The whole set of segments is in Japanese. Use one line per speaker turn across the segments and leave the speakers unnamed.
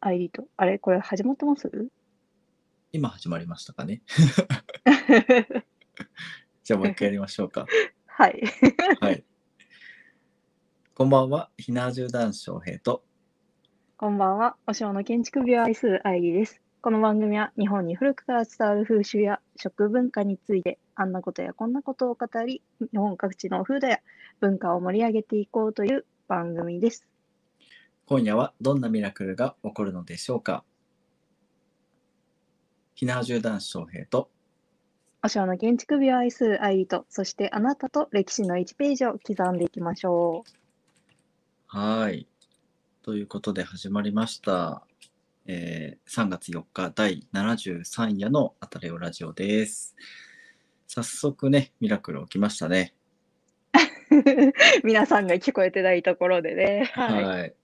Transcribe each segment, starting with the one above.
ID と。あれこれ始まってます
今始まりましたかね。じゃあもう一回やりましょうか。
はい。
はい。こんばんは、ひなじゅう男子翔平と。
こんばんは。お城の建築美を愛する愛理です。この番組は日本に古くから伝わる風習や食文化について、あんなことやこんなことを語り、日本各地の風土や文化を盛り上げていこうという番組です。
今夜はどんなミラクルが起こるのでしょうか。ひなじゅう男子翔平と。
お城の建築美を愛する愛理と、そしてあなたと歴史の1ページを刻んでいきましょう。
はい。ということで始まりました。えー、3月4日第73夜のあたれオラジオです。早速ね、ミラクル起きましたね。
皆さんが聞こえてないところでね。はい。
はい。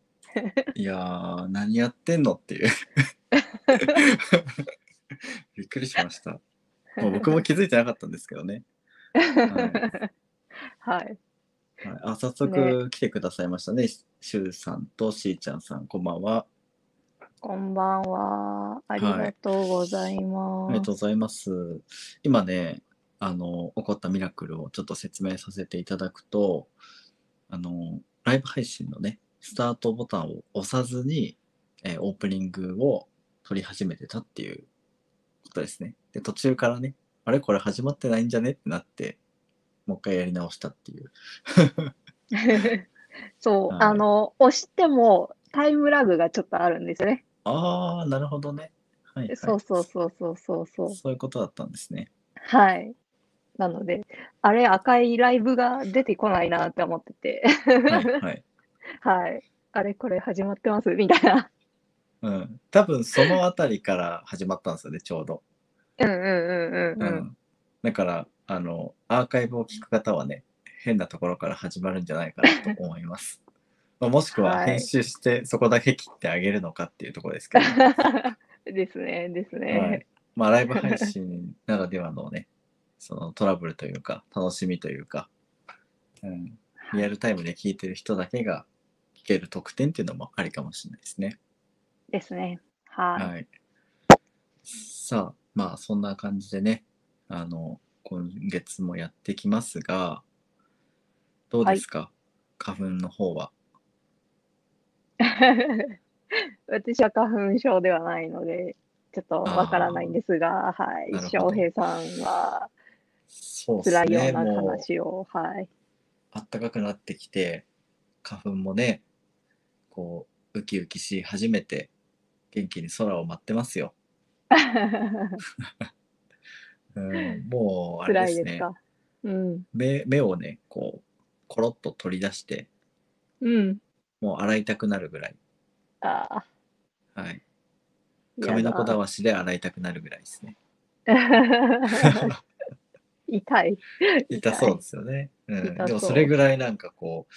いやー、何やってんのっていう。 びっくりしました。もう僕も気づいてなかったんですけどね。は
はい。
はい、あ早速来てくださいましたね。ししゅうさんとしーちゃんさん、こんばんは。
こんばんは。ありがとうござい
あ
ます。
りがとうございます。今ね、あの、起こったミラクルをちょっと説明させていただくと、あの、ライブ配信のね、スタートボタンを押さずに、えーオープニングを撮り始めてたっていうことですね。で、途中からね、あれこれ始まってないんじゃねってなって、もう一回やり直したっていう。
そう、
はい
あの、押してもタイムラグがちょっとあるんですよね。
あー、なるほどね。はい、はい。
そうそうそうそうそうそう。
そういうことだったんですね。
はい。なので、あれ、赤いライブが出てこないなって思ってて、
はい、はい。
はい。あれ、これ始まってますみたい な。
うん、多分そのあたりから始まったんですよね、ちょうど。
うんうんうんうん
う
うん。
ん、だからあのアーカイブを聞く方はね変なところから始まるんじゃないかなと思い ます。まあもしく
は
はい編集してそこだけ切ってあげるのかっていうところで すけど、
ですね、です
は
ね
い。まあ、ライブ配信ならではのね そのトラブルというか楽しみというか、うん、リアルタイムで聞いてる人だけが聞ける特典っていうのもありかもしれないですね。
ですね。はい。
はい。さあ、まあそんな感じでね、あの、今月もやってきますが、どうですか、花粉の方は。
私は花粉症ではないので、ちょっとわからないんですが、はい
なる。ほ
翔
ど
平さんは
そうで
辛
す
いよ
ね、
うな
もう
話を、はい。
暖かくなってきて、花粉もね、こう、ウキウキし始めて、元気に空を待ってますよ。うん、もう、あれ
辛
で
い
す
です
ね
か。うん。
目、目をね、こう、コロッと取り出して、
うん。
もう洗いたくなるぐらい。
ああ。
はい。
嫌
亀の
だ
こだわしで洗いたくなるぐらいですね。
痛い。
痛そうですよね。うん、
痛
でも
そう
それぐらいなんかこう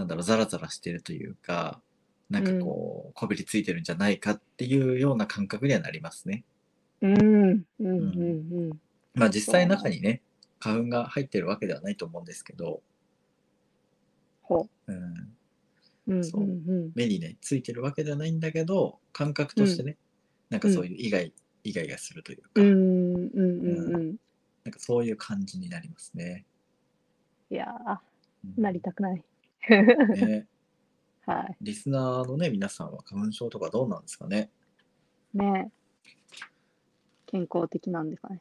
なんだろうザラザラしてるというかなんかこう、こびりついてるんじゃないかっていうような感覚にはなりますね。
うん。うんうんうん。
まあ実際中にね花粉が入ってるわけではないと思うんですけど、
ほ
うん、
う。うん
そう
うん
目にねついてるわけではないんだけど感覚としてね、なんかそういう意外、意外がするというか、
うん。うんうんうんうん。
なんかそういう感じになりますね。
いや
う
ー、
ん
なりたくない。
ね
は
リスナーのね皆さんは花粉症とかどうなんですかね。
い。ね健康的なんですかね。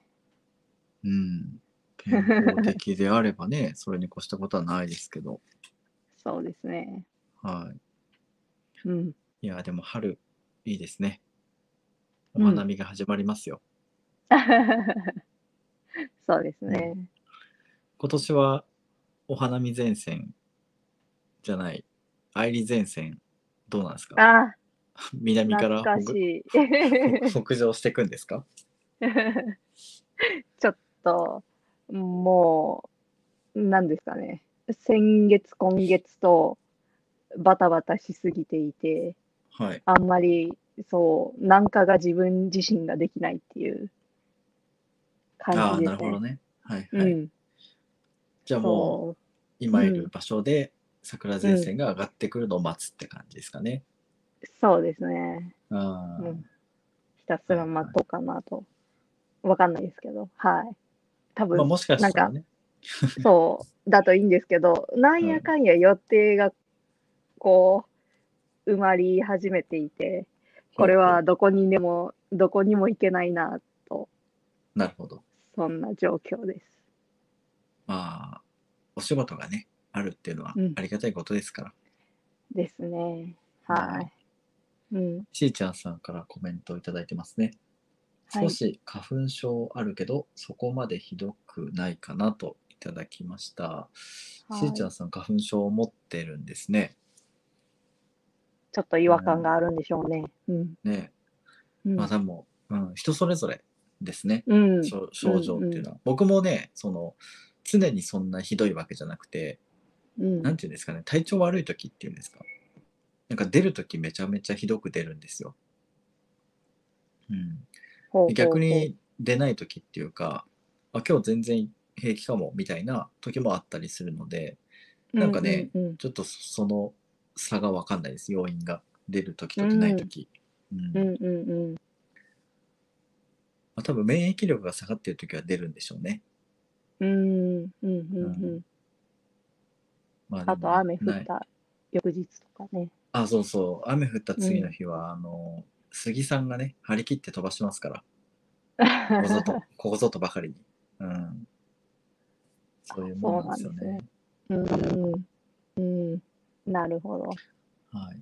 うん、健康的であればね それに越したことはないですけど、
そうですね。
は
うん。
い、いやでも春いいですね
うん
お花見が始まりますよ、
そうですね。
今年はお花見前線じゃない愛梨前線どうなんですか
ああ、
南から
懐か
北
しい。
北 上していくんですか
ちょっと、もう、なんですかね。先月、今月と、バタバタしすぎていて、
はい
あんまり、そう、軟化が自分自身ができないっていう
あ
感
あ
じで
な
す
る
ね。
ほどねはい
うん
はい、じゃあもう
そう
今いる場所で桜前線が上がってくるのを待つって感じですかね、
そうですね。
あ
う
ー
ん、ひたすら待とうかなと。わかんないですけど、はい。多
まあ、
分、
もしかしたらね。
そうだといいんですけど、なんやかんや予定がこう、埋まり始めていて、これはどこにでも、どこにも行けないな、
なるほど。
そんな状況です。
まあ、お仕事がね、あるっていうのは
うん
ありがたいことですから。
ですね。
は
はいい。うん。
しーちゃんさんからコメントをいただいてますね。
はい
少し花粉症あるけど、そこまでひどくないかなといただきました。
はい
しーちゃんさん、花粉症を持ってるんですね。
ちょっと違和感があるんでしょうね。うん。
ね、
うん。
まあでも、うん、人それぞれですね、
うん。
症症状っていうのは。僕もね、その、常にそんなひどいわけじゃなくて、
うん
なんていうんですかね、体調悪い時っていうんですか。なんか出る時めちゃめちゃひどく出るんですよ。うん。
ほうほうほう
逆に出ない時っていうかあ今日全然平気かもみたいな時もあったりするのでなんかね、
うんうん
ちょっとそその差が分かんないです要因が出る時と出ない時、うん
う
ま
んうんうん
あ、多分免疫力が下がってる時は出るんでしょうね、
うんうんうんうんうん
まあでも
あと雨降
な
っ
い
た翌日とかね。
あそうそう雨降った次の日は、あの杉さんがね張り切って飛ばしますからここ ぞとここぞとばかりに、うん、そういうもんなんですよ
そうなん
ね
ですねうんうんうんなるほど。
はい。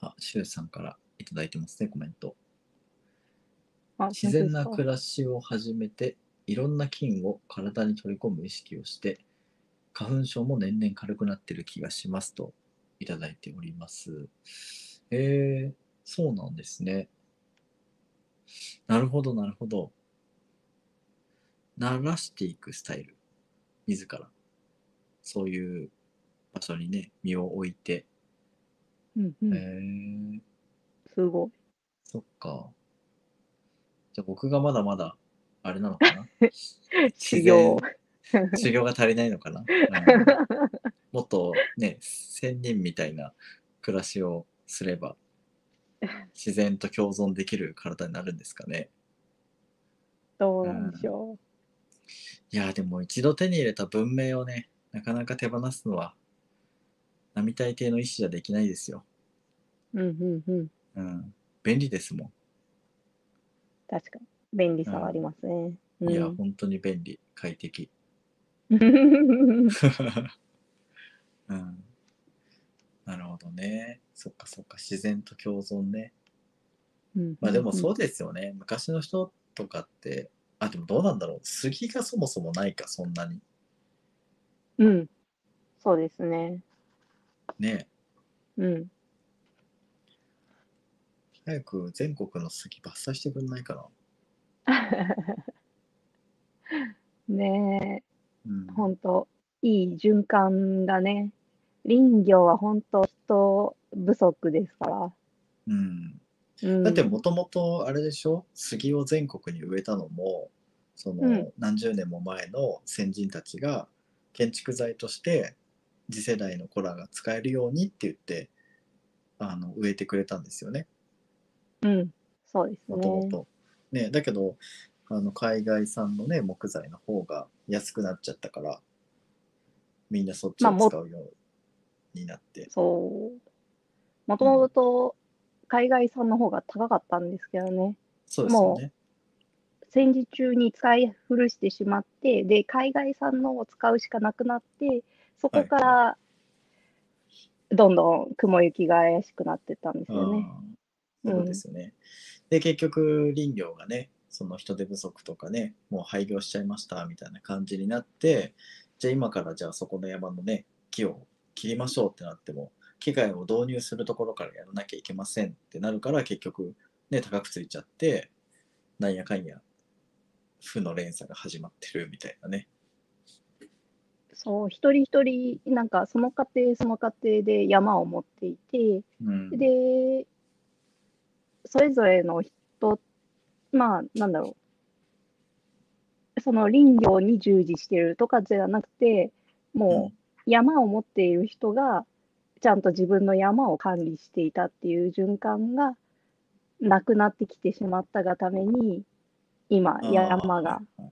あ、シュウさんからいただいてますね、コメント。
あ
自然な
本当
暮
ですから
しを始めて、いろんな菌を体に取り込む意識をして、花粉症も年々軽くなってる気がしますといただいております。えー、そうなんですね。なるほど、なるほど。慣らしていくスタイル。自ら。そういう場所にね、身を置いて。
うんう
え
ん
ー、
すごい。
そっか。じゃあ僕がまだまだ、あれなのか な
修行。
自然修行が足りないのかな、うんもっとね、仙人みたいな暮らしをすれば、自然と共存できる体になるんですかね。
どうなんでしょ
いやー、でも一度手に入れた文明をね、なかなか手放すのは、並大抵の意思じゃできないですよ。
う。うんうんうん。
うん。便利ですもん。
確かに。便利さはありますね。うん
いや、本当に便利、快適。うん。なるほどね。そっかそっか。自然と共存ね。まあでもそうですよね。昔の人とかって、あ、でもどうなんだろう。杉がそもそもないか、そんなに。
うん。うん。そうですね。
ね
うん。
え早く全国の杉伐採してくんないかな。
ね
うん
え、。本当いい循環がね、林業は本当人不足ですから。
うん、
うん、
だってもともとあれでしょ杉を全国に植えたのも、その、
うん
何十年も前の先人たちが建築材として次世代の子らが使えるようにって言って、あの植えてくれたんですよね。
うん、そうですね。
もともと。ね、だけどあの海外産の、ね、木材の方が安くなっちゃったからみんなそっち
まあも
を使うようになって、
そう。もともと海外産の方が高かったんですけどね、
そうですよね。
戦時中に使い古してしまって、で、海外産のを使うしかなくなって、そこからどんどん雲行きが怪しくなってったんですよね。う
うん
ん
そうですよね。で結局林業がねその人手不足とかねもう廃業しちゃいましたみたいな感じになってじゃあ今からじゃあそこの山のね木を切りましょうってなっても機械を導入するところからやらなきゃいけませんってなるから結局ね高くついちゃってなんやかんや負の連鎖が始まってるみたいなね。
そう、一人一人、なんかその家庭その家庭で山を持っていて、
うん、
で、それぞれの人、まあ、なんだろう、その林業に従事してるとかじゃなくて、もう山を持っている人がちゃんと自分の山を管理していたっていう循環がなくなってきてしまったがために今山が
あー。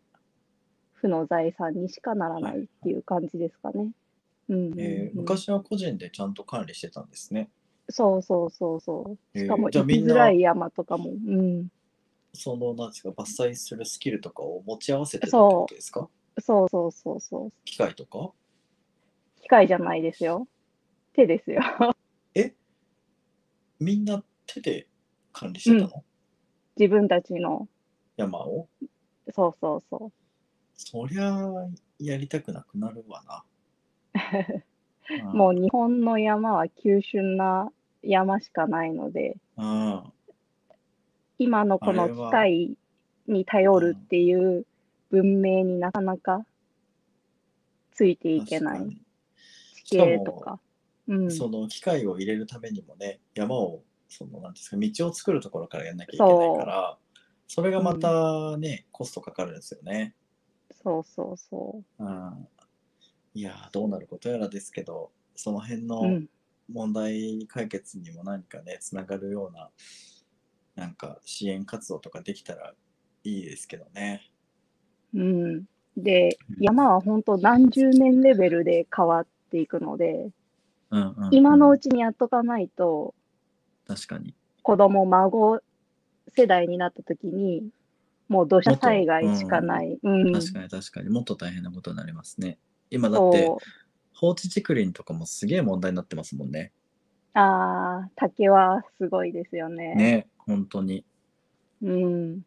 負の財産にしかならないっていう感じですかね。うんうんうん
えー昔は個人でちゃんと管理してたんですね。
そうそうそうそう。
えー
しかも
じゃ
行
あ
き
みんな
づらい山とかも。うん。
その、なんですか、伐採するスキルとかを持ち合わせてたって
そう
ことですか
そうそうそうそう。
機械とか
機械じゃないですよ。手ですよ。
みんな手で管理してたの、
自分たちの。
山を
そうそうそ
そりゃあやりたくなくなるわな。
う。 もう日本の山は急峻な山しかないので、
うん、うん
今のこ
あ
の
れは
機械に頼るっていう文明になかなかついていけない
確かに
地形
しか
と
も
か。うん、
その機械を入れるためにもね山をそのなんていうんですか道を作るところからやんなきゃいけないからそれがまたね、コストかかるんですよね。
そうそうそ
うん、いやーどうなることやらですけどその辺
う。う
の
ん、
問題解決にも何かねつながるようななんか支援活動とかできたらいいですけどね。
うん、で、山は本当何十年レベルで変わっていくので、
うんうんうん
今のうちにやっとかないと、
確かに
子供孫世代になった時に、もう土砂災害しかない。うん、
確かに確かにもっと大変なことになりますね。今だって
そう。
放置竹林とかもすげえ問題になってますもんね。
ああ、竹はすごいですよね。
ね本当に
うん、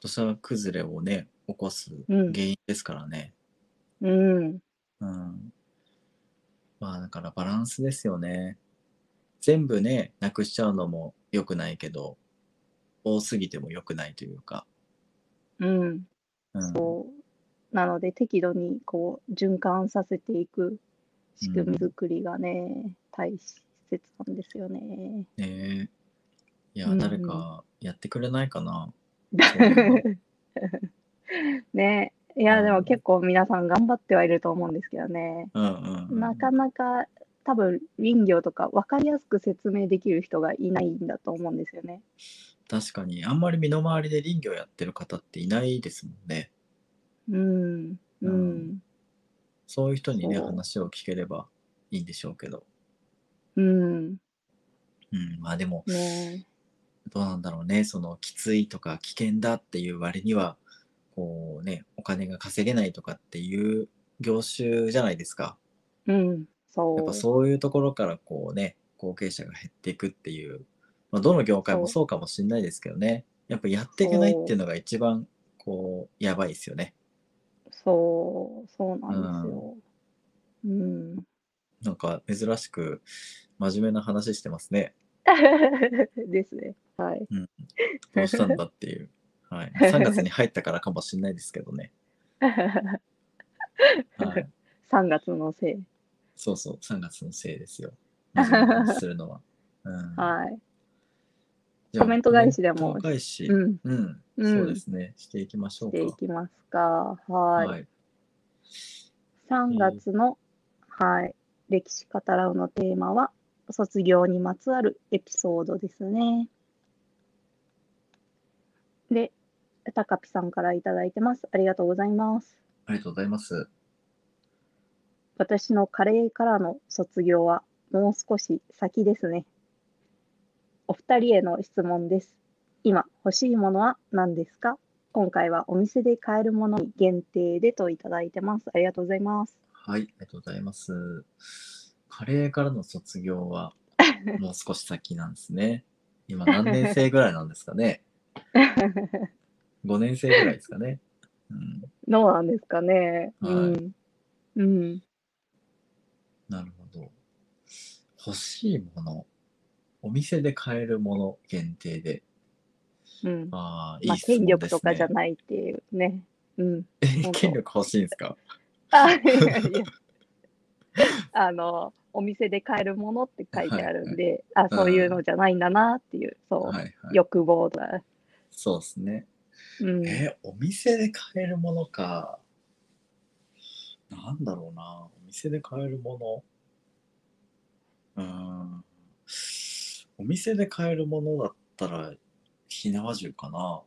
土砂崩れをね起こす
うん
原因ですからね。
うん、
うん、まあだからバランスですよね。全部ねなくしちゃうのも良くないけど多すぎても良くないというか。
うん。
うん、
そう。なので、適度にこう、循環させていく仕組み作りがね、大切なんですよね。
ねいや、
うんうん
誰かやってくれないか な。そういうの
ね。いや、で
う
も
ん
結構皆さん頑張ってはいると思うんですけどね。
うんうんうん、
なかなか多分林業とか分かりやすく説明できる人がいないんだと思うんですよね。
確かにあんまり身の回りで林業やってる方っていないですもんね
うん。う
うんん。そういう人にね
そう
話を聞ければいいんでしょうけど、
うん。
うん、まあでも
ね
どうなんだろうねそのきついとか危険だっていう割にはこうねお金が稼げないとかっていう業種じゃないですか
うん。そう。
やっぱそういうところからこうね後継者が減っていくっていう、まあ、どの業界も
そ
そうかもしれないですけどねやっぱやっていけないっていうのが一番こうやばいですよね。
そう、そうなんですよ。うん。
なんか珍しく真面目な話してますね。
ですね。はい。
どうしたんだっていう。はい、3月に入ったからかもしれないですけどね。はい、
3月のせい。
そうそう、3月のせいですよ。真面目な話する のは。うん
はい。
じゃあ
コメント返しでも
コメント返し、
う
うん
ん。うん
そうですね。していきましょ
し
う
てい
か。
きますか。はい。
はい。
3月の、はい。歴史語らうのテーマは、卒業にまつわるエピソードですね。で、高ピさんからいただいてます。ありがとうございます。
ありがとうございます。
私のカレーからの卒業はもう少し先ですね。お二人への質問です。今欲しいものは何ですか今回はお店で買えるものに限定でといただいてます。ありがとうございます。
はい、ありがとうございます。カレーからの卒業は もう少し先なんですね。今何年生ぐらいなんですかね。5年生ぐらいですかね。うん、
どうなんですかね。
は
うん。うん。
なるほど。欲しいもの。お店で買えるもの限定で。
うん。
ああ、い
まあ、
い質
権
問
力
です
とかじゃ
ね。
ないっていうね。うん。
え権力欲しいんですか
あ、いやいや。 あの、お店で買えるものって書いてあるんで、あ、そういうのじゃないんだなっていう、そう、
はいはい。
欲望だ。
そうですね。
うん。
えお店で買えるものか。なんだろうな。お店で買えるもの。うんお店で買えるものだったら火縄銃かな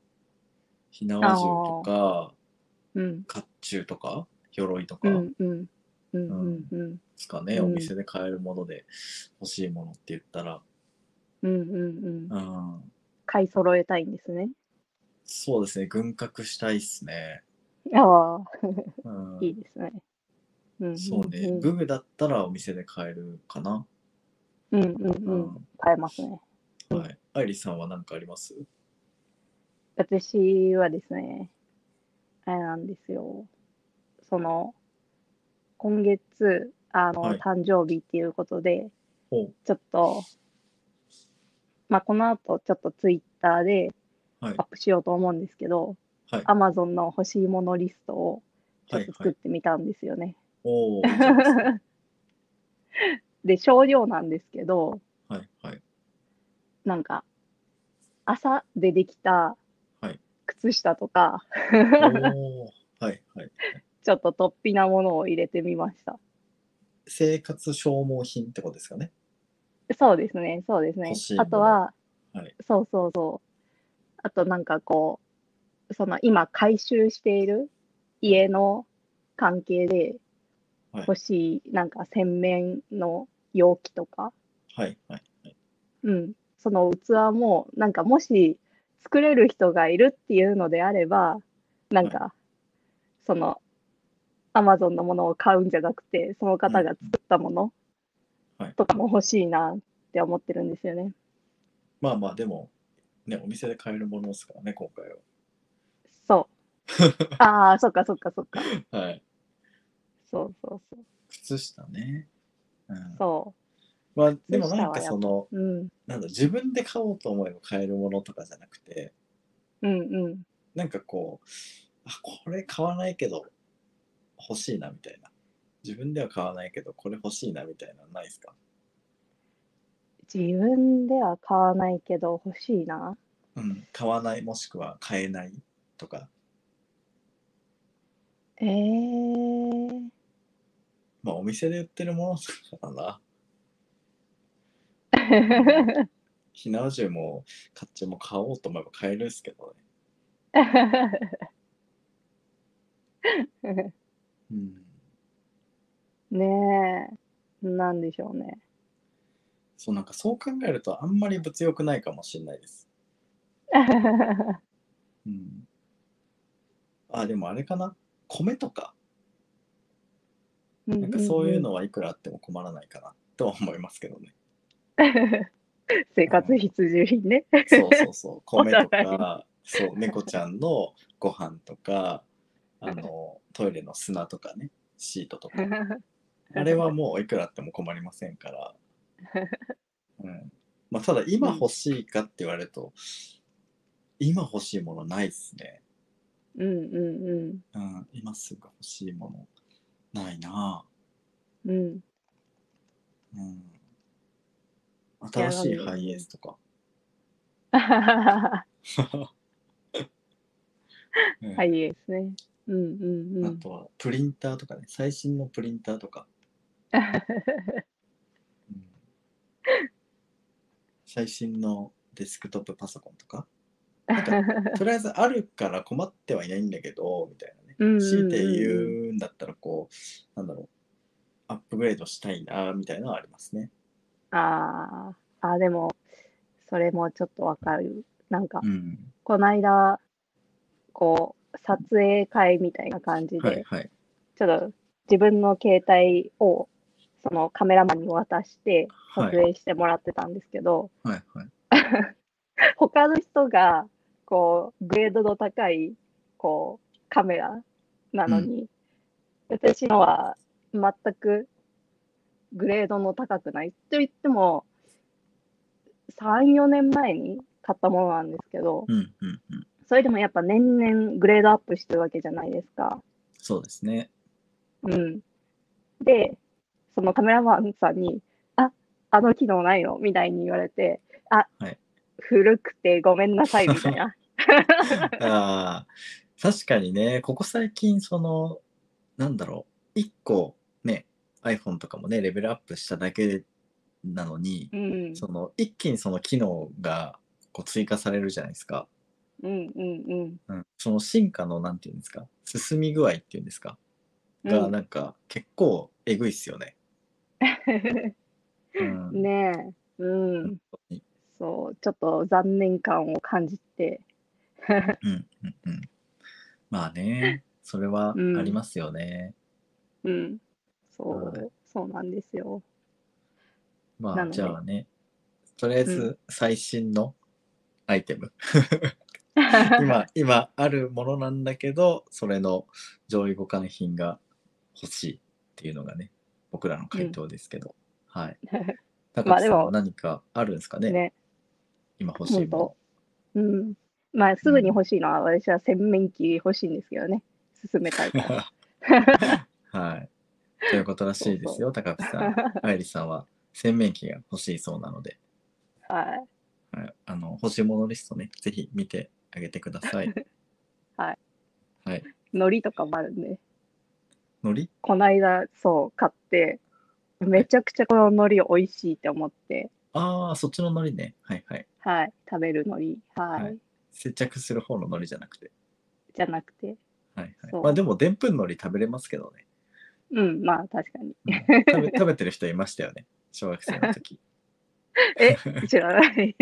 火縄銃とか
うん。
甲冑とか鎧とか
う
で
んうん。うんうんうん。
すかね、
うん
お店で買えるもので欲しいものって言ったら、
うんうんうん。
うん、
買い揃えたいんですね。
そうですね軍拡したいっすね、
あ
うん
あ、いいですね。うんん
そうね、
ん
ググだったらお店で買えるかな、
うんうん
う
うん
ん。
買えますね。
はい愛梨さんは何かあります
私はですね、あれなんですよ。その、今月、あの、
はい
誕生日っていうことで、
お
ちょっと、まあ、この後、ちょっとツイッターで
はい
アップしようと思うんですけど、
はい
Amazon の欲しいものリストをちょ
は
っ
い
と
は
作っ
い
てみたんですよね。
おーいいじゃな いですか
で、少量なんですけど、
はいはい
なんか、朝出てきた
はい
靴下とか、
おーはいはい
ちょっと突飛なものを入れてみました。
生活消耗品ってことですかね
そうですね、そうですね
欲しい。もの
あとは、
はい
そうそうそう。あとなんかこう、その今回収している家の関係で
はい
欲しいなんか洗面の容器とか、
はいはい
うん、その器もなんかもし作れる人がいるっていうのであれば、なんかその Amazon のものを買うんじゃなくて、その方が作ったもの
はい
とかも欲しいなって思ってるんですよね。
まあまあでもねお店で買えるものですからね今回
そう。ああ、そっかそっかそっか。
ははい
そうそうそう。
靴下ねうん
そ
まあでも
靴下は
なんか
やっぱ
その
う。うん。
なんだ自分で買おうと思えば買えるものとかじゃなくて
うんうん。
なんかこうあこれ買わないけど欲しいなみたいな自分では買わないけどこれ欲しいなみたいなのないですか
自分では買わないけど欲しいな。
うん、買わないもしくは買えないとか、
ええ ー。
まあ、お店で売ってるものとかかな火縄銃も甲冑も買おうと思えば買えるんですけどね、うん、
ねえ。なんでしょう ね。
そうなんかそう考えるとあんまり物欲ないかもしれないです、うん、あでもあれかな米とかなんかそういうのはいくらあっても困らないかなとは思いますけどね
生活必需品ね。
そうそうそう、米と
お
か、そう、猫ちゃんのご飯とか、あの、トイレの砂とかね、シートとか。あれはもういくらあっても困りませんから。うん。まあ、ただ今欲しいかって言われると、今欲しいものないっすね。
うんうんう
うん、今すぐ欲しいものないな。
ん。うん。
うん。新しいハイエースとか。
は
うん
い、いいですね。うんうんう
あ
ん。
とはプリンターとかね、最新のプリンターとか。 うん最新のデスクトップパソコンとか。なんかとりあえずあるから困ってはいないんだけど、みたいなね。
うん
強いて
うん
言
うん
うんだったら、こう、なんだろう、アップグレードしたいな、みたいなのはありますね。
あーあー、でも、それもちょっとわかる。なんか
う、ん。
こないだ、こう、撮影会みたいな感じ
はい
で、
はい。
ちょっと自分の携帯を、そのカメラマンに渡して、撮
はい
影してもらってたんですけど、
はいはい。
他の人が、こう、グレードの高い、こう、カメラなのに、私のは全くグレードの高くない。と言っても、3、4年前に買ったものなんですけど、
うんうんうん。
それでもやっぱ年々グレードアップしてるわけじゃないですか。
そうですね。
うん。で、そのカメラマンさんに、あ、あの機能ないのみたいに言われて、あ、
はい
古くてごめんなさいみたい な。
あー確かにね、ここ最近、その、なんだろう、1個ね、iPhone とかもね、レベルアップしただけなのに、
うん
その一気にその機能がこう追加されるじゃないですか、
うんうんうん
うん、その進化のなんていうんですか進み具合っていうんですかが
うん
なんか結構えぐいっすよね。 うん
ねえ、うん
に、
そう、ちょっと残念感を感じて、
うんうんうん、まあねそれはあ
うん
りますよね。
うん、そう、
はい
そうなんですよ。
ま
な
あ
ので
じゃあねとりあえ
う
ず最新のアイテム、
今、
今今あるものなんだけどそれの上位互換品が欲しいっていうのがね僕らの回答ですけど、はい。
まあ
高橋
で
さん
も
は何かあるんですかね,、
ね、
今欲し
本
いもの
当。うん、まあ、すぐに欲しいのは、私は洗面器欲しいんですけどね、進めたいから。
はい。ということらしいですよ、高木さん。 愛理さんは洗面器が欲しいそうなので、
はい、
はい、あの欲しいものリストね、ぜひ見てあげてください。
はい。
はい。
海苔とかもあるんで、
のり
こないだ、そう、買って、めちゃくちゃこの海苔美味しいって思って、
ああ、そっちののりね。はいはい。
はい、食べる海苔、はい、
はい接着する方ののりじゃなくて。
じゃなくて、
はいはい。
そう
まあでも、でんぷんのり食べれますけどね。
うん、まあ、確かに。
うん食べ食べてる人いましたよね、小学生の時。
え、知らない。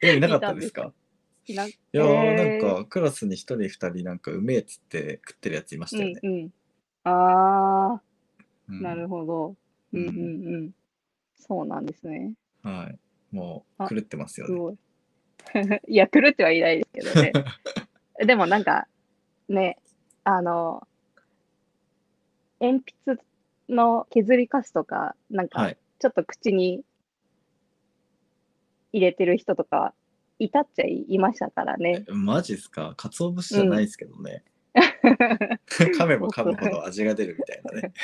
え、いなかったですか
なん
いやー、
えー
なんかクラスに一人二人なんかうめえっつって食ってるやついましたよね。
うんうん。ああ、
うん
なるほど。うんうんうん。そうなんですね。
はい。もう
あ
狂ってますよ
す
ね。
ごい。 いや、狂ってはいないですけどね。 でもなんか、ね、あの、鉛筆の削りカスとか、なん
は
か、
い。
ちょっと口に入れてる人とか、いたっちゃいましたからね。
マジっすか鰹節じゃないですけどね。 噛めば噛むほど味が出るみたいな ね。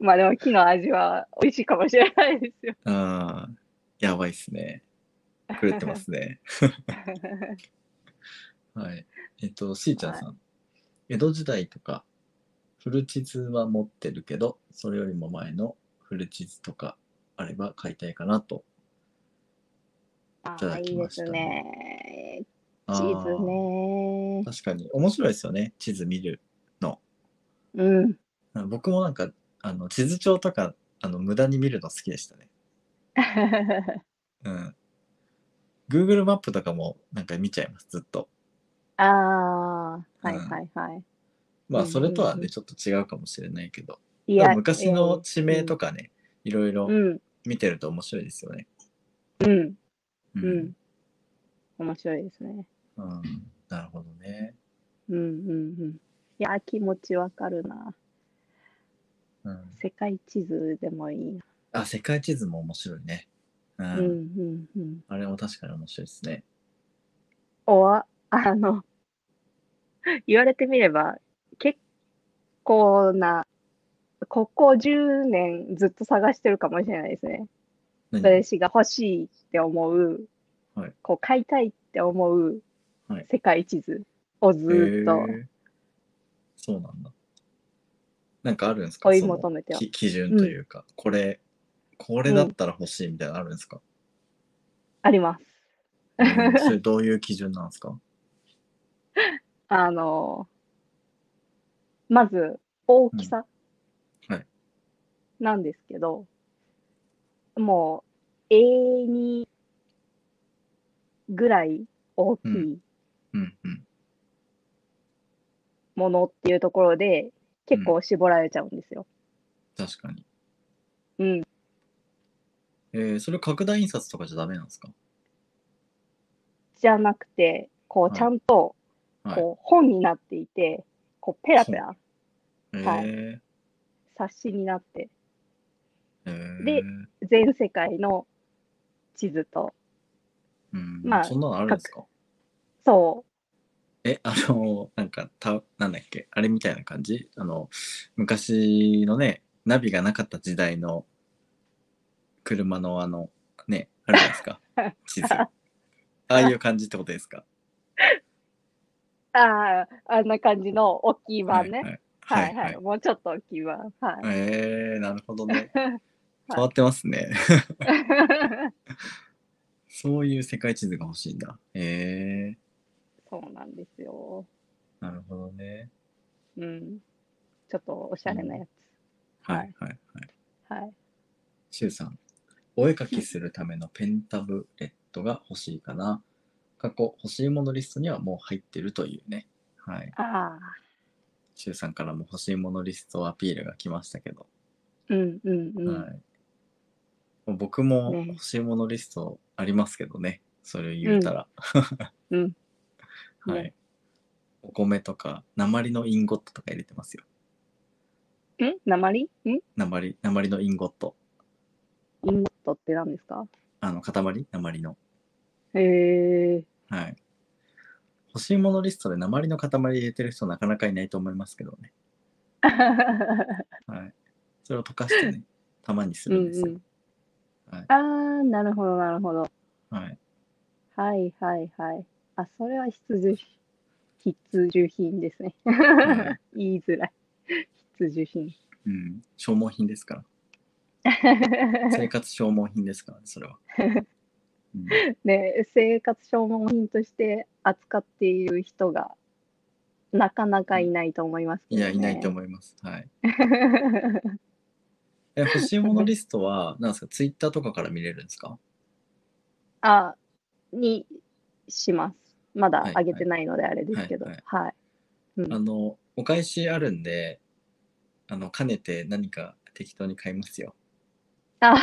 まあでも、木の味は美味しいかもしれないですよ。
あーやばいっすね。狂ってますね。はい。えっと、しーちゃんさん。江戸時代とか、古地図は持ってるけど、それよりも前の古地図とかあれば買いたいかなと。
あ
ただ
ーい
き
い
ま
で
した
す
ね
ね。
あー
地図。ね。
確かに。面白いですよね。地図見るの。
うん。
僕もなんか、あの地図帳とか、あの無駄に見るの好きでしたね。うん。Google マップとかもなんか見ちゃいます、ずっと。
ああー、はいはいはい。
ま
うんうんう
あ、
ん
それとはね、ちょっと違うかもしれないけど。
い
まあ
や、
昔の地名とかね、いろいろ
うん、
見てると面白いですよね。
うん、
う
うん。面白いですね。
うんなるほどね。
うんうんうん。いや、気持ちわかるな。
うん、
世界地図でもいいな。
あ、世界地図も面白いね。う。
うんんうんうん。
あれも確かに面白いですね。
おわ、あの、言われてみれば、結構な、ここ10年ずっと探してるかもしれないですね。
何
私が欲しいって思う、
はい
こう買いたいって思う
はい
世界地図をずーっと
へーそうなんだ。なんかあるんですか
追い
その
求めては
き基準というか、これ、これだったら欲しいみたいなのあるんですか、
あります。
うんそれどういう基準なんですか
あのまず大きさ
うんはい
なんですけど、もう永遠にぐらい大きい
うんうん。
ものっていうところで結構絞られちゃうんですよ。
確かに。
うん。
えー、それ拡大印刷とかじゃダメなんですか
じゃなくてこ
は
う
い
ちゃんと
はい。
こう本になっていてこうペラペラ
え
はい
ー
冊子になって
えー
で全世界の地図と
うん、
まあ
そんなのあるんですか
そ
え、あの、なんか、た、なんだっけ、あれみたいな感じあの、昔のね、ナビがなかった時代の車のあの、ね、あるじゃないですか。地 図。ああいう感じってことですか
うあああんな感じの大きい版ね。
は
は
いはいい
は、
はいい。
もうちょっと大きい版はい、
えー、なるほどね。変わってますね。そういう世界地図が欲しいんだ。へえ
そうなんですよ。
なるほどね。
うん。ちょっとおしゃれなや
はいはいはい。
つ。はい。
しゅうさん、お絵かきするためのペンタブレットが欲しいかな。過去欲しいものリストにはもう入ってるというね。はい。
ああ、
しゅうさんからも欲しいものリストアピールが来ましたけど。
うんうんうん。
はい。僕も
ね
欲しいものリストありますけどね。それを言うたら。
うん。
はい。
ね
お米とか、鉛のインゴットとか入れてますよ。
ん鉛んイン
鉛、鉛のインゴット。
ゴットって何ですか
あの、塊鉛の。
へえ
はい。欲しいものリストで鉛の塊入れてる人なかなかいないと思いますけどね。はい。それを溶かし てね、玉にす
う
るん
ん
ですよ。
うん。
はい
ああ、なるほどなるほど。
はい。
はいはいはい。あ、それは必需品必需品ですね。
は
言いづらい。必需品。
うん。消耗品ですから。 生活消耗品ですからね、それは。 うん、
ね、生活消耗品として扱っている人がなかなかいないと思いますけ
い
ど、
や、
ね。
いないと
思
思います。はい。え、欲しいものリストは、なんですか、ツイッターとかから見れるんですか
あ、にします。まだ
はい
上げてないのであれですけど。
は
はいい、うん
あの、お返しあるんで、あの、兼ねて何か適当に買いますよ。
あ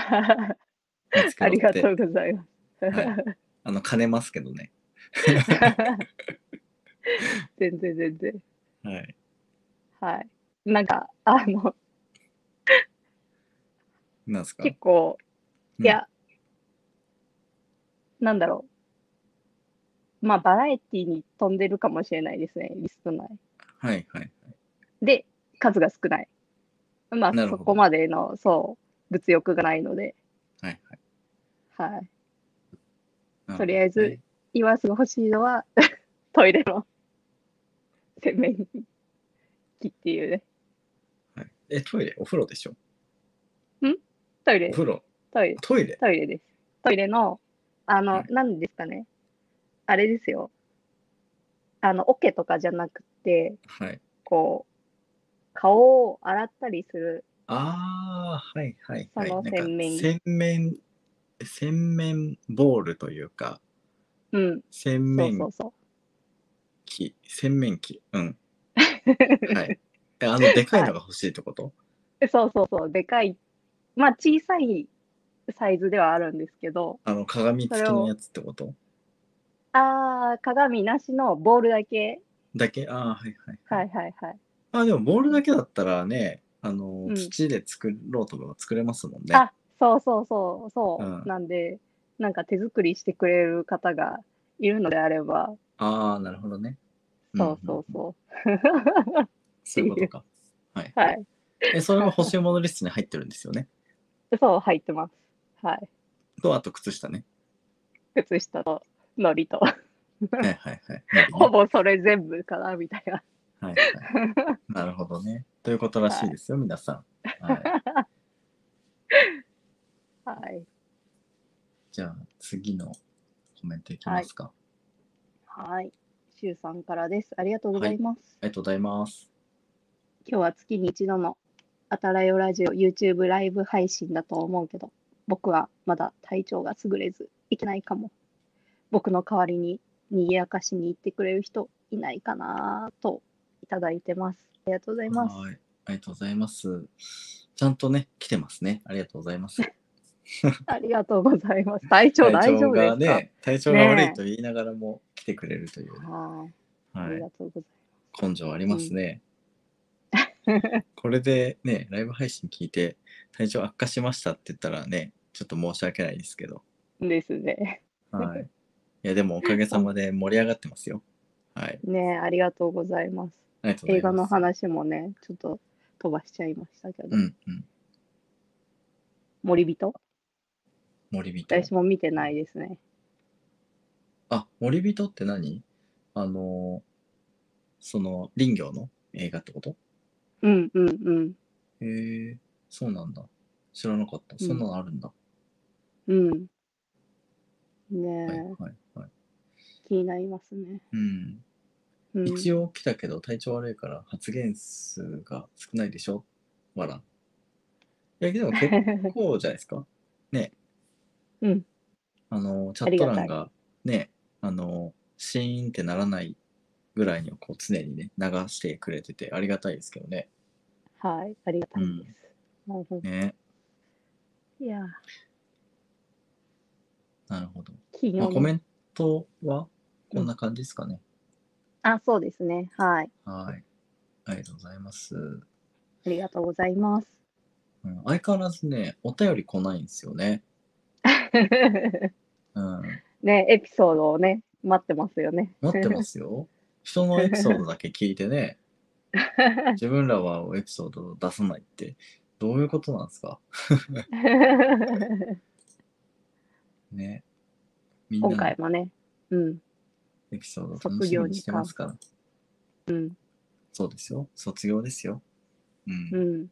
見つ
ありが
て
とうございます。
はあの、兼ねますけどね。
全然全然。
はい。
はい。なんか、あの、
なんですか
結構、
うん
いや、なんだろう。まあ、バラエティに飛んでるかもしれないですね、リスト内。
はいはいはい。
で、数が少ない。まあ、
なるほ
そ
ど
こまでの、そう、物欲がないので、
はい
はい。
はい。
とりあえず今すぐ欲しいのは、 トイレの 洗面器っていうね。
はい。え、トイレ、お風呂でしょ
トイ
お
レ、
風呂、
トイレ、
トイレ。
トイレです。トイレの、あ
は
の
い、
何ですかね。あれですよ。あの、オケとかじゃなくて、
はい。
こう、顔を洗ったりする。
ああ、はいはいはい。
その洗面
なんか洗面、洗面ボールというか、
うん、そ
洗
う
面
そうそ
器、洗面器。 うん。はい。えあの、でかいのが欲しいってこと、
う。 そうそうそう、でかい。まあ、小さいサイズではあるんですけど、
あの、鏡付きのやつってこと
あー、鏡なしのボールだけ。
だけああ、はいはい。
はいはいはい。
あでも、ボールだけだったらね、あの、
うん
土で作ろうとか作れますもんね。
あそうそうそうそう、
うん
なんでなんか手作りしてくれる方がいるのであれば
ああ、なるほどね。
そうそう
うん。
そ
そういうことか。はい。
う はい
え、それが欲しいものリストに入ってるんですよね。
そう入ってますはい
と、あと靴 下ね。
靴下とのりと
はいはいはい。なる
ほ
ほど
ぼそれ全部かなみたいな
は いはい。なるほどね。ということらしいですよ、皆さん。はい。
はい
じゃあ、次のコメントいきますか。
はいしゅうさんからですありがとうございます、
ありがとうございます。
今日は月に一度のあたらよラジオ YouTube ライブ配信だと思うけど僕はまだ体調が優れずいけないかも僕の代わりに賑やかしに行ってくれる人いないかなぁといただいてますありがとうございます
はい。ありがとうございます。ちゃんとね、来てますね。ありがとうござ います。
ありがとうございます体調大丈夫ですか、
体調がね、体調が悪いと言いながらも来てくれるというね、
はいあ
は
り
い
が、とうござい
根性ありま すね。これでね、ライブ配信聞いて、体調悪化しましたって言ったらね、ちょっと申し訳ないですけど、
ますですね
はい。いや、でもおかげさまで盛り上がってますよ。はい。
ねありがとうございます
ありがとうござ
映
います。
画の話もねちょっと飛ばしちゃいましたけど、
うんうん。
森人
森人。
私も見てないですね
あ、森人って何あの、その林業の映画ってこと
うんうんうん
へえ、そうなんだ。知らなかった。そんなのあるんだ。
うん。ね
はい
え、
はいはい。
気になりますね。
うん。
うん、
一応来たけど体調悪いから発言数が少ないでしょ笑いや、でも結構じゃないですか。ね。
うん。
あの、チャ
あ
ッ
り
ト
がた
欄
い
がね、あの、シーンってならないぐらいにはこう常にね、流してくれててありがたいですけどね。
はい、ありがたいです。
なるほど
ね。
いやー、
なるほど。
企
ま
業
あ、コ
の
メントはこんな感じですかね。
あ、そうですね。はい。
はい。ありがとうございます。う
ありがとうございます。
ん、相変わらずね、お便り来ないんですよね。うん。
ね、エピソードをね、待ってますよね。
持ってますよ。人のエピソードだけ聞いてね、自分らはエピソードを出さないって、どういうことなんですかね。み ん
今
な
回もね、うん、
のエピソードを楽しみにしてますから。
うん、
そうですよ。卒業ですよ。うん。
うん。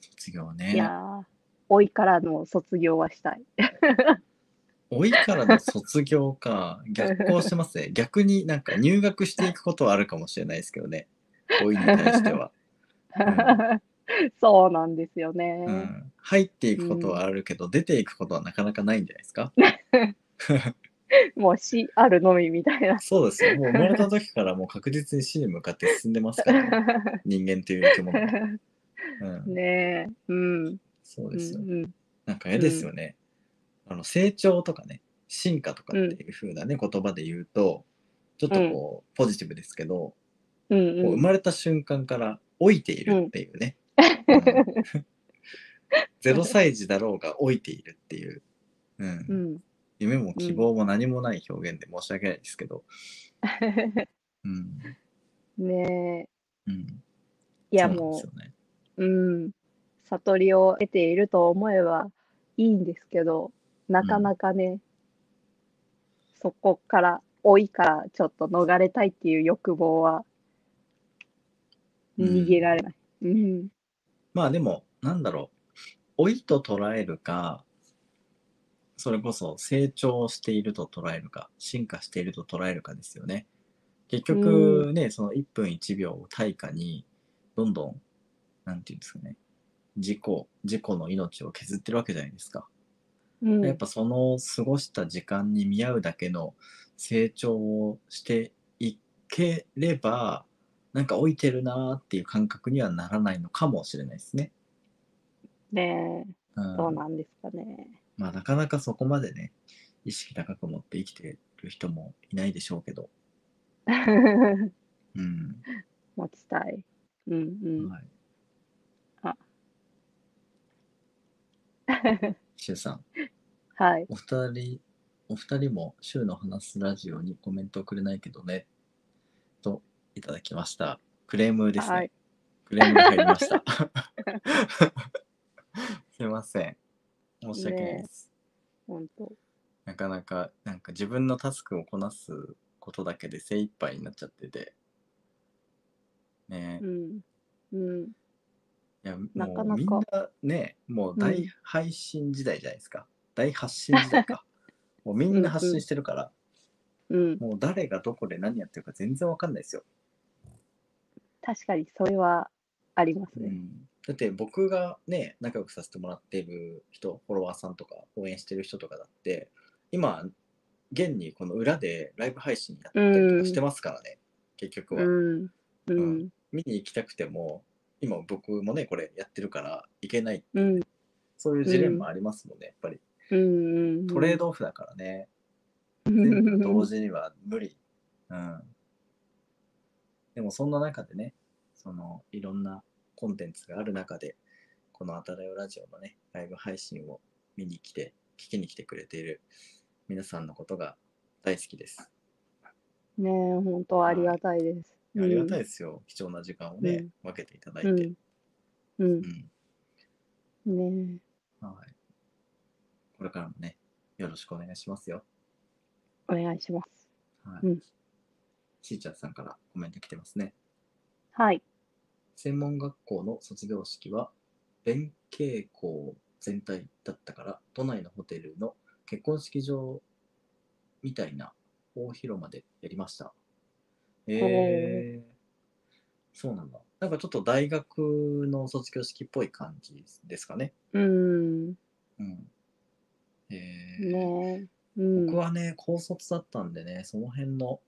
卒業
いや
ね。
ー、老いからの卒業はしたい。
老いからの卒業 か。逆行してますね。逆になんか入学していくことはあるかもしれないですけどね。老いに対して は。
そうなんですよね。
うん、入っていくことはあるけど、出ていくことはなかなかないんじゃないですか
もう死あるのみみたいな。
そうですよもう生まれた時からもう確実に死に向かって進んでますから、 ね、人間という生き物は、う ん、
ねえ、うん、
そう
う
ですよ、
ん、うん、
なんかあれですよね、あの成長とかね進化とかっていう風なね、言葉で言うとちょっとこう、ポジティブですけどこ
う、
うん生
うん。
まれた瞬間から老いているっていうね、 ゼロ0歳児だろうが老いているっていう、うん
うん、
夢も希望も何もない表現で申し訳ないですけど。うん。
ねえ、
うん。
いや
そうなんで
も
すよね。
う、うん、悟りを得ていると思えばいいんですけど、なかなかね、そこから、老いからちょっと逃れたいっていう欲望は
うん
逃げられない。うん、
まあでも、なんだろう。老いと捉えるか、それこそ成長していると捉えるか、進化していると捉えるかですよね。結局ね、その1分1秒を対価に、どんどん、なんていうんですかね、自己、自己の命を削ってるわけじゃないですか。
うん、
やっぱその過ごした時間に見合うだけの成長をしていければなんか老いてるなーっていう感覚にはならないのかもしれないですね。
ね
う、
え、どうんなんですかね。
まあなかなかそこまでね意識高く持って生きてる人もいないでしょうけど、うん
持ちたい。うんうん。
はい
あ。
シュウさん
はい。
お二人、お二人も週の話すラジオにコメントをくれないけどね、といただきました。クレームですね。
はい
クレームが入りま した。すいません。申し訳ないです。
本当。
なかなか、なんか自分のタスクをこなすことだけで精一杯になっちゃってて。ねえ
うん。うん。
いや、
なかなか
もうみんなね、もう
う
大
ん
配信時代じゃないですか。大発信時 代か。もうみんな発信してるから、
うん。
もう誰がどこで何やってるか全然わかんないですよ。
確かにそれはありますね。
だって僕がね、仲良くさせてもらってる人、フォロワーさんとか応援してる人とかだって、今、現にこの裏でライブ配信やったりとかしてますからね、結局は、
うん。う。
うん見に行きたくても、今僕もね、これやってるから行けない、
うん。
そういうジレンマありますもんね、やっぱり。
うん。
トレードオフだからね、全部同
ド。
時には無理。うん。でもそんな中でね、そのいろんなコンテンツがある中で、このあたらよラジオのね、ライブ配信を見に来て、聞きに来てくれている皆さんのことが大好きです。
ねえ、本当ありがたいです。
ありがたい
い。
ですよ。貴重な時間をね、分けていただいて。
う
うん
ん。うん。ね
はい、これからもね、よろしくお願いしますよ。
え、お願いします。
はい
うん
しーちゃんさんからコメント来てますね。
はい。
専門学校の卒業式は弁慶校全体だったから都内のホテルの結婚式場みたいな大広間でやりましたえー、そうなんだなんかちょっと大学の卒業式っぽい感じですかね
うん。
うんえー、
ねえ。うん。
僕はね高卒だったんでねその辺の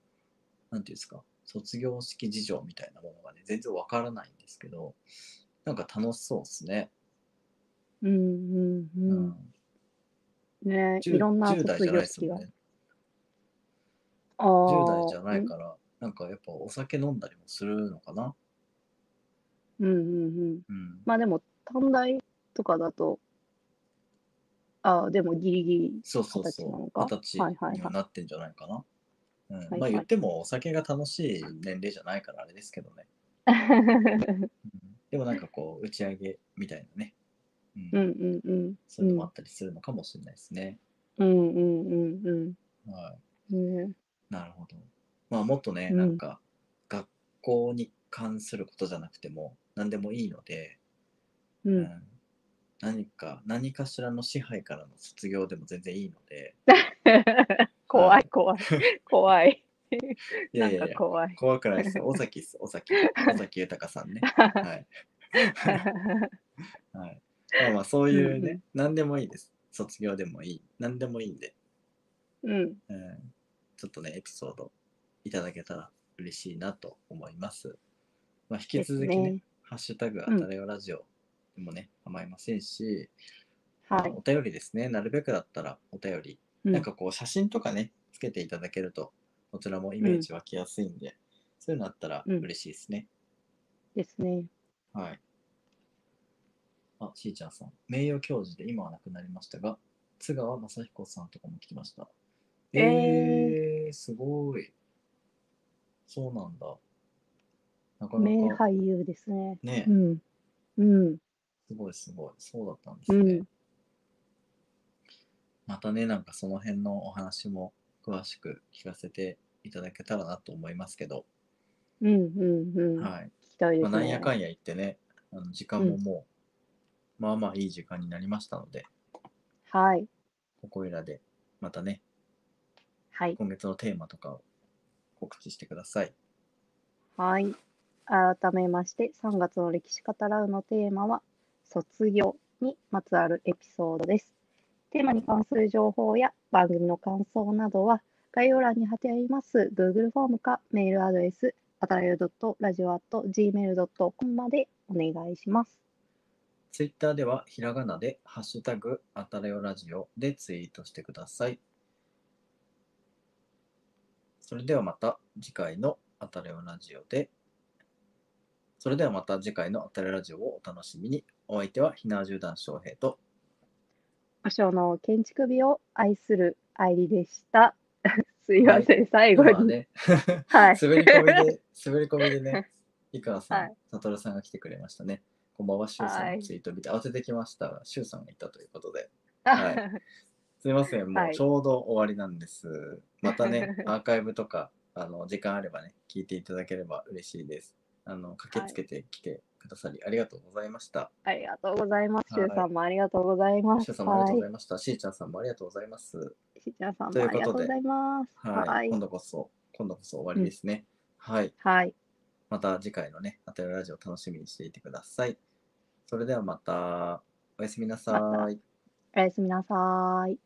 なんていうんですか卒業式事情みたいなものがね全然わからないんですけどなんか楽しそうですね、
うんうん
う
うん。ねえ、
10
いろんな
10代じ
卒
ゃない
業
です
式
も
が
ん。ね
ああー。
10代じゃないからなんかやっぱお酒飲んだりもするのかな
うんうんうん。
うん
まあでも、短大とかだと、ああ、でもギリ ギリ。
そうそう
二十歳な
そ
の
う
か
二十
はい
歳
はいはい
にはなってんじゃないかな、うん
はい
ま
は
あ
い
言ってもお酒が楽しい年齢じゃないからあれですけどね、うんでもなんかこう打ち上げみたいなね、うん
うんうんうん。
そういうのもあったりするのかもしれないですね、
うんうんうん
はい
うん。ね
なるほど。まあもっとね、
うん
なんか学校に関することじゃなくても何でもいいので、
う。
うんん、何か何かしらの支配からの卒業でも全然いいので、
怖い怖い怖い。
い
な
や
ん
いや
か
いや、
怖い。
怖くないですよ。尾崎 です、尾崎、尾崎豊さんね。はい。はい、まあまあそういう
うんう
ね、何でもいいです。卒業でもいい、何でもいいんで、
うん。
うん、ちょっとね、エピソードいただけたら嬉しいなと思います。まあ引き続き
で
ね
す、ね。
ハッシュタグあ
うん
たれよラジオでもね、構いませんし、
は
あのお便りですね、なるべくだったらお便り、
い。
なんかこう写真とかね、つけていただけると、こちらもイメージ湧きやすいんで、そういうのあったら
うん
嬉しいですね。
うんですね。
はい。あ、しーちゃんさん、名誉教授で今は亡くなりましたが、津川雅彦さんとかも聞きました。
えー
えー、すごい。そうなんだ。なか
名
なか、
俳優ですね。
ね
う、ん。うん。
すごいすごい。そうだったんです
う
ね。
ん。
またね、なんかその辺のお話も詳しく聞かせていただけたらなと思いますけど、
うんうんうん。聞
はい。
きたいで
ますあ、
ね。
なんやかんや言ってね、あの時間ももう、まあまあいい時間になりましたので、
はい。
ここいらで、またね、
はい。
今月のテーマとかを告知してください。
はい。改めまして、3月の歴史語らうのテーマは、卒業にまつわるエピソードです。テーマに関する情報や番組の感想などは、概要欄に貼ってあります Google フォームかメールアドレス、あたらよ .radio.gmail.com までお願いします。
ツイッターではひらがなで、ハッシュタグ、あたれよラジオでツイートしてください。それではまた次回のあたれよラジオで、それではまた次回のあたれラジオをお楽しみに。お相手はひなわじゅうだんしょうへいと、
和尚の建築美を愛する愛理でした。 すいません、最後に。
今はね、
はい。
滑り込みで、滑り込みでね、いくらさん、
はい
さとるさんが来てくれましたね。こんばんは、しゅうさんのツイート見て、慌ててきましたが、しゅうさんがいたということで。はすいません、も
は
う
い
ちょうど終わりなんです。また ね、アーカイブとか、あの、時間あればね、聞いていただければ嬉しいです。あの、駆けつけてきてくださり、ありがとうございました。
ありがとうございます。しゅ
はいう
さんもありがとうございます。
シュウさんもありがとう
は
ございました。しーちゃんさんもありがとうございます。
い。しーちゃんさん
と
も
いう
あ
こ
り
と
が
で
とうございます。
はい。
はい
今。度こそ、今度こそ終わりですね。はい。
はい。
また次回のね、アテララジオ楽しみにしていてください。それではまた、おやすみなさ
ま
い。
おやすみなさーい。